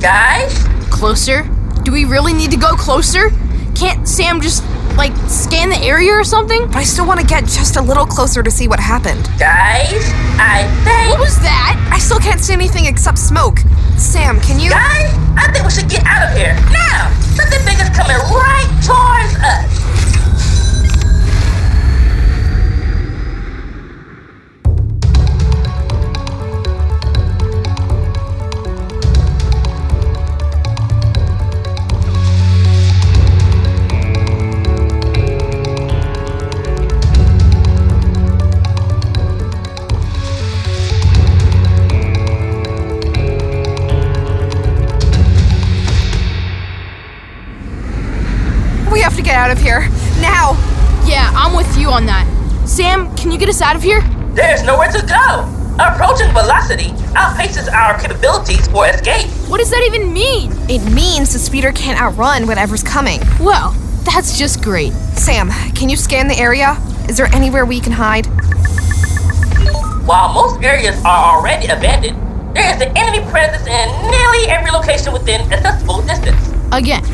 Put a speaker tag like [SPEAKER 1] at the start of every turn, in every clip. [SPEAKER 1] Guys?
[SPEAKER 2] Closer? Do we really need to go closer? Can't Sam just, like, scan the area or something?
[SPEAKER 3] But I still want to get just a little closer to see what happened.
[SPEAKER 1] Guys? I think.
[SPEAKER 2] What was that?
[SPEAKER 3] I still can't see anything except smoke. Sam, can
[SPEAKER 2] Ah!
[SPEAKER 3] you?
[SPEAKER 1] Guys? I think we should get out of here. Now! Something big is coming right towards us.
[SPEAKER 3] We have to get out of here. Now!
[SPEAKER 2] Yeah, I'm with you on that. Sam, can you get us out of here?
[SPEAKER 1] There's nowhere to go. Approaching velocity outpaces our capabilities for escape.
[SPEAKER 2] What does that even mean?
[SPEAKER 3] It means the speeder can't outrun whatever's coming.
[SPEAKER 2] Well, that's just great.
[SPEAKER 3] Sam, can you scan the area? Is there anywhere we can hide?
[SPEAKER 1] While most areas are already abandoned, there is an enemy presence in nearly every location within accessible distance.
[SPEAKER 2] Again,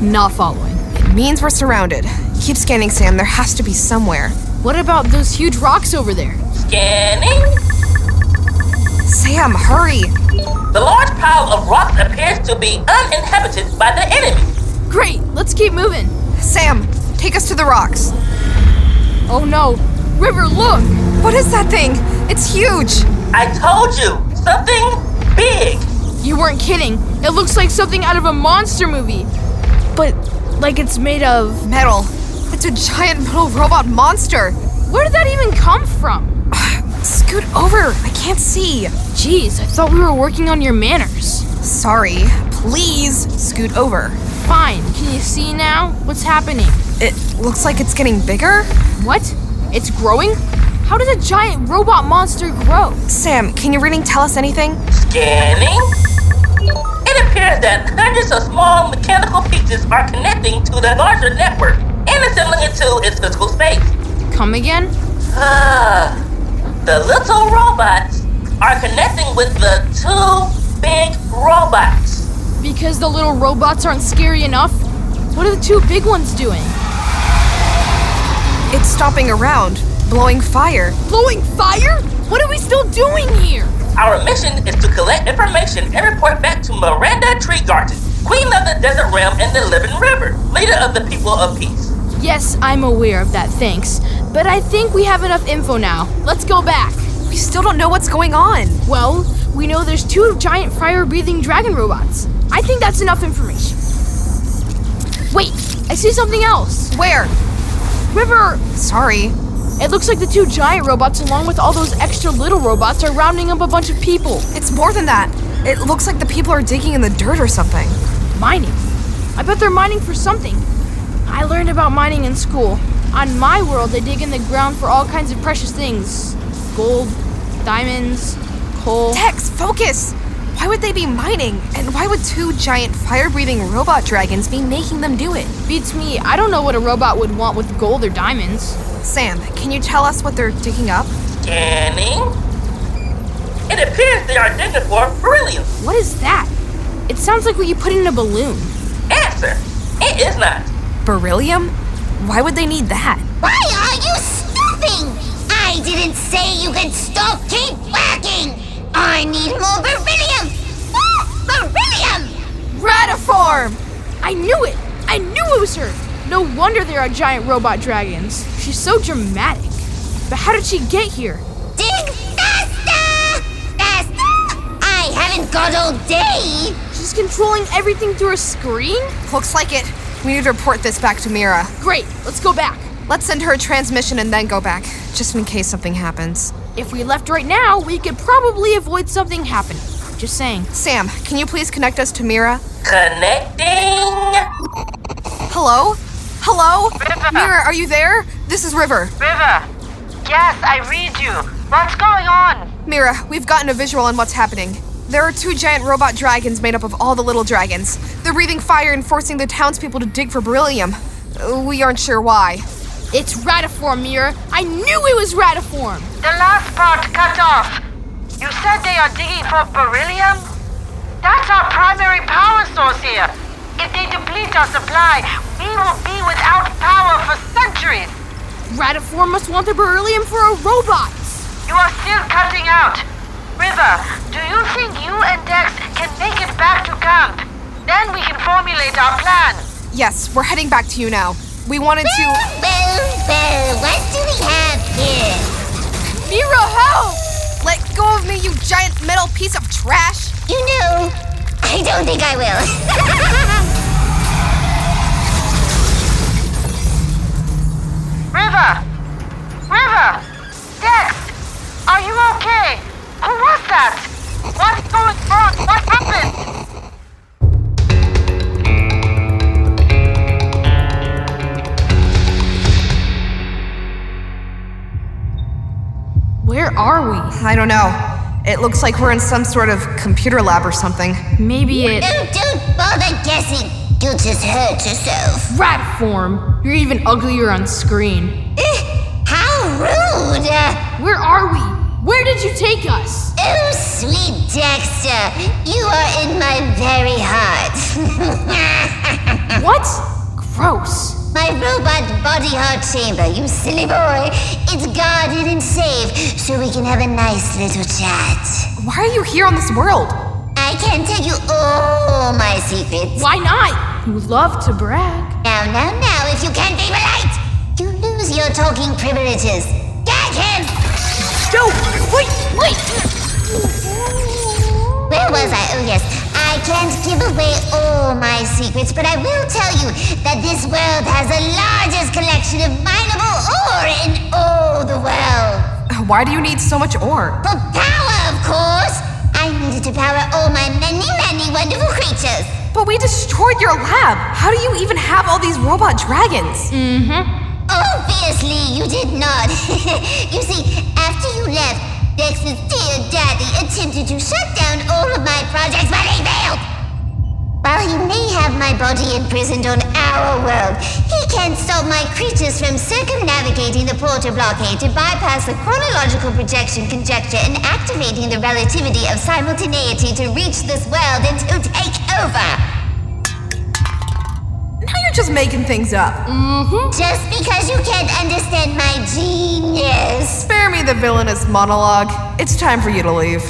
[SPEAKER 2] not following.
[SPEAKER 3] It means we're surrounded. Keep scanning, Sam. There has to be somewhere.
[SPEAKER 2] What about those huge rocks over there?
[SPEAKER 1] Scanning.
[SPEAKER 3] Sam, hurry!
[SPEAKER 1] The large pile of rocks appears to be uninhabited by the enemy.
[SPEAKER 2] Great, let's keep moving.
[SPEAKER 3] Sam, take us to the rocks.
[SPEAKER 2] Oh no, River, look!
[SPEAKER 3] What is that thing? It's huge!
[SPEAKER 1] I told you, something big.
[SPEAKER 2] You weren't kidding. It looks like something out of a monster movie. But, like, it's made of.
[SPEAKER 3] Metal. It's a giant metal robot monster.
[SPEAKER 2] Where did that even come from?
[SPEAKER 3] Scoot over. I can't see.
[SPEAKER 2] Jeez, I thought we were working on your manners.
[SPEAKER 3] Sorry. Please scoot over.
[SPEAKER 2] Fine, can you see now? What's happening?
[SPEAKER 3] It looks like it's getting bigger.
[SPEAKER 2] What? It's growing? How does a giant robot monster grow?
[SPEAKER 3] Sam, can your reading tell us anything?
[SPEAKER 1] Scanning. It appears that hundreds of small mechanical pieces are connecting to the larger network and assembling it to its physical space.
[SPEAKER 2] Come again?
[SPEAKER 1] Ah, the little robots are connecting with the two big robots.
[SPEAKER 2] Because the little robots aren't scary enough? What are the two big ones doing?
[SPEAKER 3] It's stomping around, blowing fire.
[SPEAKER 2] Blowing fire? What are we still doing here?
[SPEAKER 1] Our mission is to collect information and report back to Miranda Treegarden, Queen of the Desert Realm and the Living River, leader of the people of peace.
[SPEAKER 2] Yes, I'm aware of that, thanks. But I think we have enough info now. Let's go back.
[SPEAKER 3] We still don't know what's going on.
[SPEAKER 2] Well, we know there's two giant fire breathing dragon robots. I think that's enough information. Wait, I see something else.
[SPEAKER 3] Where?
[SPEAKER 2] River,
[SPEAKER 3] Sorry.
[SPEAKER 2] it looks like the two giant robots, along with all those extra little robots, are rounding up a bunch of people.
[SPEAKER 3] It's more than that. It looks like the people are digging in the dirt or something.
[SPEAKER 2] Mining. I bet they're mining for something. I learned about mining in school. On my world, they dig in the ground for all kinds of precious things gold, diamonds, coal.
[SPEAKER 3] Tex, focus! Why would they be mining? And why would two giant fire breathing robot dragons be making them do it?
[SPEAKER 2] Beats me. I don't know what a robot would want with gold or diamonds.
[SPEAKER 3] Sam, can you tell us what they're digging up?
[SPEAKER 1] Scanning. It appears they are digging for beryllium.
[SPEAKER 2] What is that? It sounds like what you put in a balloon.
[SPEAKER 1] Answer. It is not.
[SPEAKER 3] Beryllium? Why would they need that?
[SPEAKER 4] Why are you stopping? I didn't say you could stop. Keep working. I need more beryllium. Ah, beryllium.
[SPEAKER 2] Ratiform! I knew it! I knew it was her! No wonder there are giant robot dragons. She's so dramatic. But how did she get here?
[SPEAKER 4] Dig faster, faster. I haven't got all day.
[SPEAKER 2] She's controlling everything through a screen?
[SPEAKER 3] Looks like it. We need to report this back to Mira.
[SPEAKER 2] Great, let's go back.
[SPEAKER 3] Let's send her a transmission and then go back, just in case something happens.
[SPEAKER 2] If we left right now, we could probably avoid something happening. Just saying.
[SPEAKER 3] Sam, can you please connect us to Mira?
[SPEAKER 1] Connecting.
[SPEAKER 3] Hello? Hello? Mira, are you there? This is River.
[SPEAKER 5] River. Yes, I read you. What's going on?
[SPEAKER 3] Mira, we've gotten a visual on what's happening. There are two giant robot dragons made up of all the little dragons. They're breathing fire and forcing the townspeople to dig for beryllium. Uh, We aren't sure why.
[SPEAKER 2] It's Ratiform, Mira. I knew it was Ratiform.
[SPEAKER 5] The last part cut off. You said they are digging for beryllium? That's is our primary power source here. If they deplete our supply, we will be without power for centuries.
[SPEAKER 2] Ratiform must want the beryllium for our robots.
[SPEAKER 5] You are still cutting out. River, do you think you and Dex can make it back to camp? Then we can formulate our plan.
[SPEAKER 3] Yes, we're heading back to you now. We wanted to.
[SPEAKER 4] Well, well, what do we have here?
[SPEAKER 2] Mira, help!
[SPEAKER 3] Let go of me, you giant metal piece of trash!
[SPEAKER 4] You know, I don't think I will.
[SPEAKER 5] River! River! Dex! Are you okay? Who was that? What's going on? What happened?
[SPEAKER 2] Where are we?
[SPEAKER 3] I don't know. It looks like we're in some sort of computer lab or something.
[SPEAKER 2] Maybe it.
[SPEAKER 4] don't, don't bother guessing. You'll just hurt yourself.
[SPEAKER 2] Ratiform. You're even uglier on screen.
[SPEAKER 4] Eh, How rude! Uh,
[SPEAKER 2] Where are we? Where did you take us?
[SPEAKER 4] Oh, sweet Dexter, you are in my very heart.
[SPEAKER 2] What? Gross.
[SPEAKER 4] My robot body heart chamber, you silly boy. It's guarded and safe, so we can have a nice little chat.
[SPEAKER 3] Why are you here on this world?
[SPEAKER 4] I can tell you all my secrets.
[SPEAKER 2] Why not? You love to brag.
[SPEAKER 4] Now, now, now, if you can be polite, you lose your talking privileges. Gag him!
[SPEAKER 2] Joe, wait, wait.
[SPEAKER 4] Where was I? Oh, yes. I can't give away all my secrets, but I will tell you that this world has the largest collection of mineable ore in all the world.
[SPEAKER 3] Why do you need so much ore?
[SPEAKER 4] For power, of course! I needed to power all my many, many wonderful creatures.
[SPEAKER 3] But we destroyed your lab! How do you even have all these robot dragons?
[SPEAKER 4] Obviously, you did not. you see, after you left, Dex's dear daddy attempted to shut down all of my projects, but he failed! While he may have my body imprisoned on our world, he can't stop my creatures from circumnavigating the portal blockade to bypass the chronological projection conjecture and activating the relativity of simultaneity to reach this world and to take over.
[SPEAKER 3] Now you're just making things up.
[SPEAKER 4] Just because you can't understand my genius.
[SPEAKER 3] Spare me the villainous monologue. It's time for you to leave.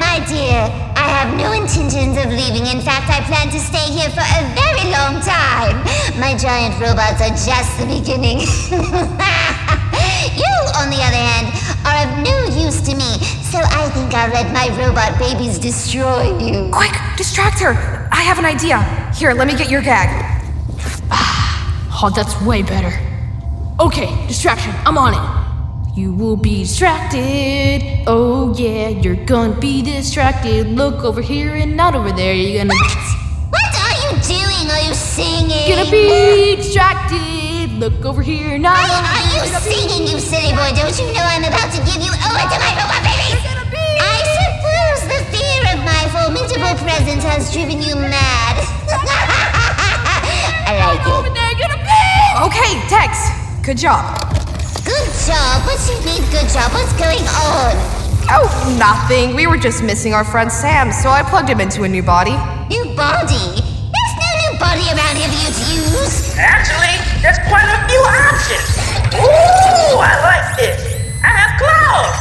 [SPEAKER 4] My dear, I have no intentions of leaving. In fact, I plan to stay here for a very long time. My giant robots are just the beginning. you, on the other hand, are of no use to me, so I think I'll let my robot babies destroy you.
[SPEAKER 3] Quick, distract her! I have an idea. Here, let me get your gag.
[SPEAKER 2] Oh, that's way better. Okay, distraction. I'm on it. You will be distracted. Oh yeah, you're gonna be distracted. Look over here and not over there. You're gonna
[SPEAKER 4] What are you doing? Are you singing?
[SPEAKER 2] gonna be distracted. Look over here, not
[SPEAKER 4] Why are you singing, you silly boy? Don't you know I'm about to give you over to my robot babies? I suppose the fear of my formidable presence has driven you mad. I like it.
[SPEAKER 3] Okay, Tex, good job.
[SPEAKER 4] Good job. What you mean, good job? What's going on?
[SPEAKER 3] Oh, nothing. We were just missing our friend Sam, so I plugged him into a new body.
[SPEAKER 4] New body? There's no new body around here for you to use.
[SPEAKER 1] Actually, there's quite a few options. Ooh, I like this. I have claws.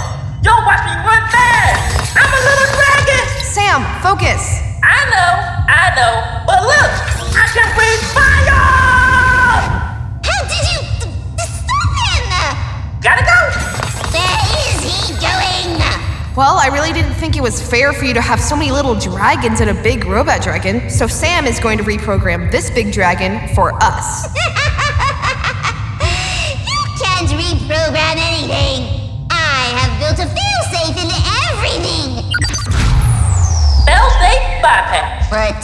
[SPEAKER 1] Yo, watch me run fast. I'm a little dragon.
[SPEAKER 3] Sam, focus.
[SPEAKER 1] I know, I know. But look, I can breathe fire.
[SPEAKER 4] How did you th- th- stop him?
[SPEAKER 1] Gotta go.
[SPEAKER 4] Where is he going?
[SPEAKER 3] Well, I really didn't think it was fair for you to have so many little dragons and a big robot dragon, so Sam is going to reprogram this big dragon for us.
[SPEAKER 4] you can't reprogram anything. I have built a failsafe in everything.
[SPEAKER 1] Bell safe bypass.
[SPEAKER 4] But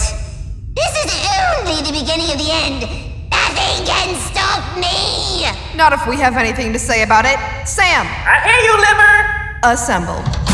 [SPEAKER 4] this is only the beginning of the end. Nothing can stop me.
[SPEAKER 3] Not if we have anything to say about it. Sam,
[SPEAKER 1] I hear you, liver.
[SPEAKER 3] assemble.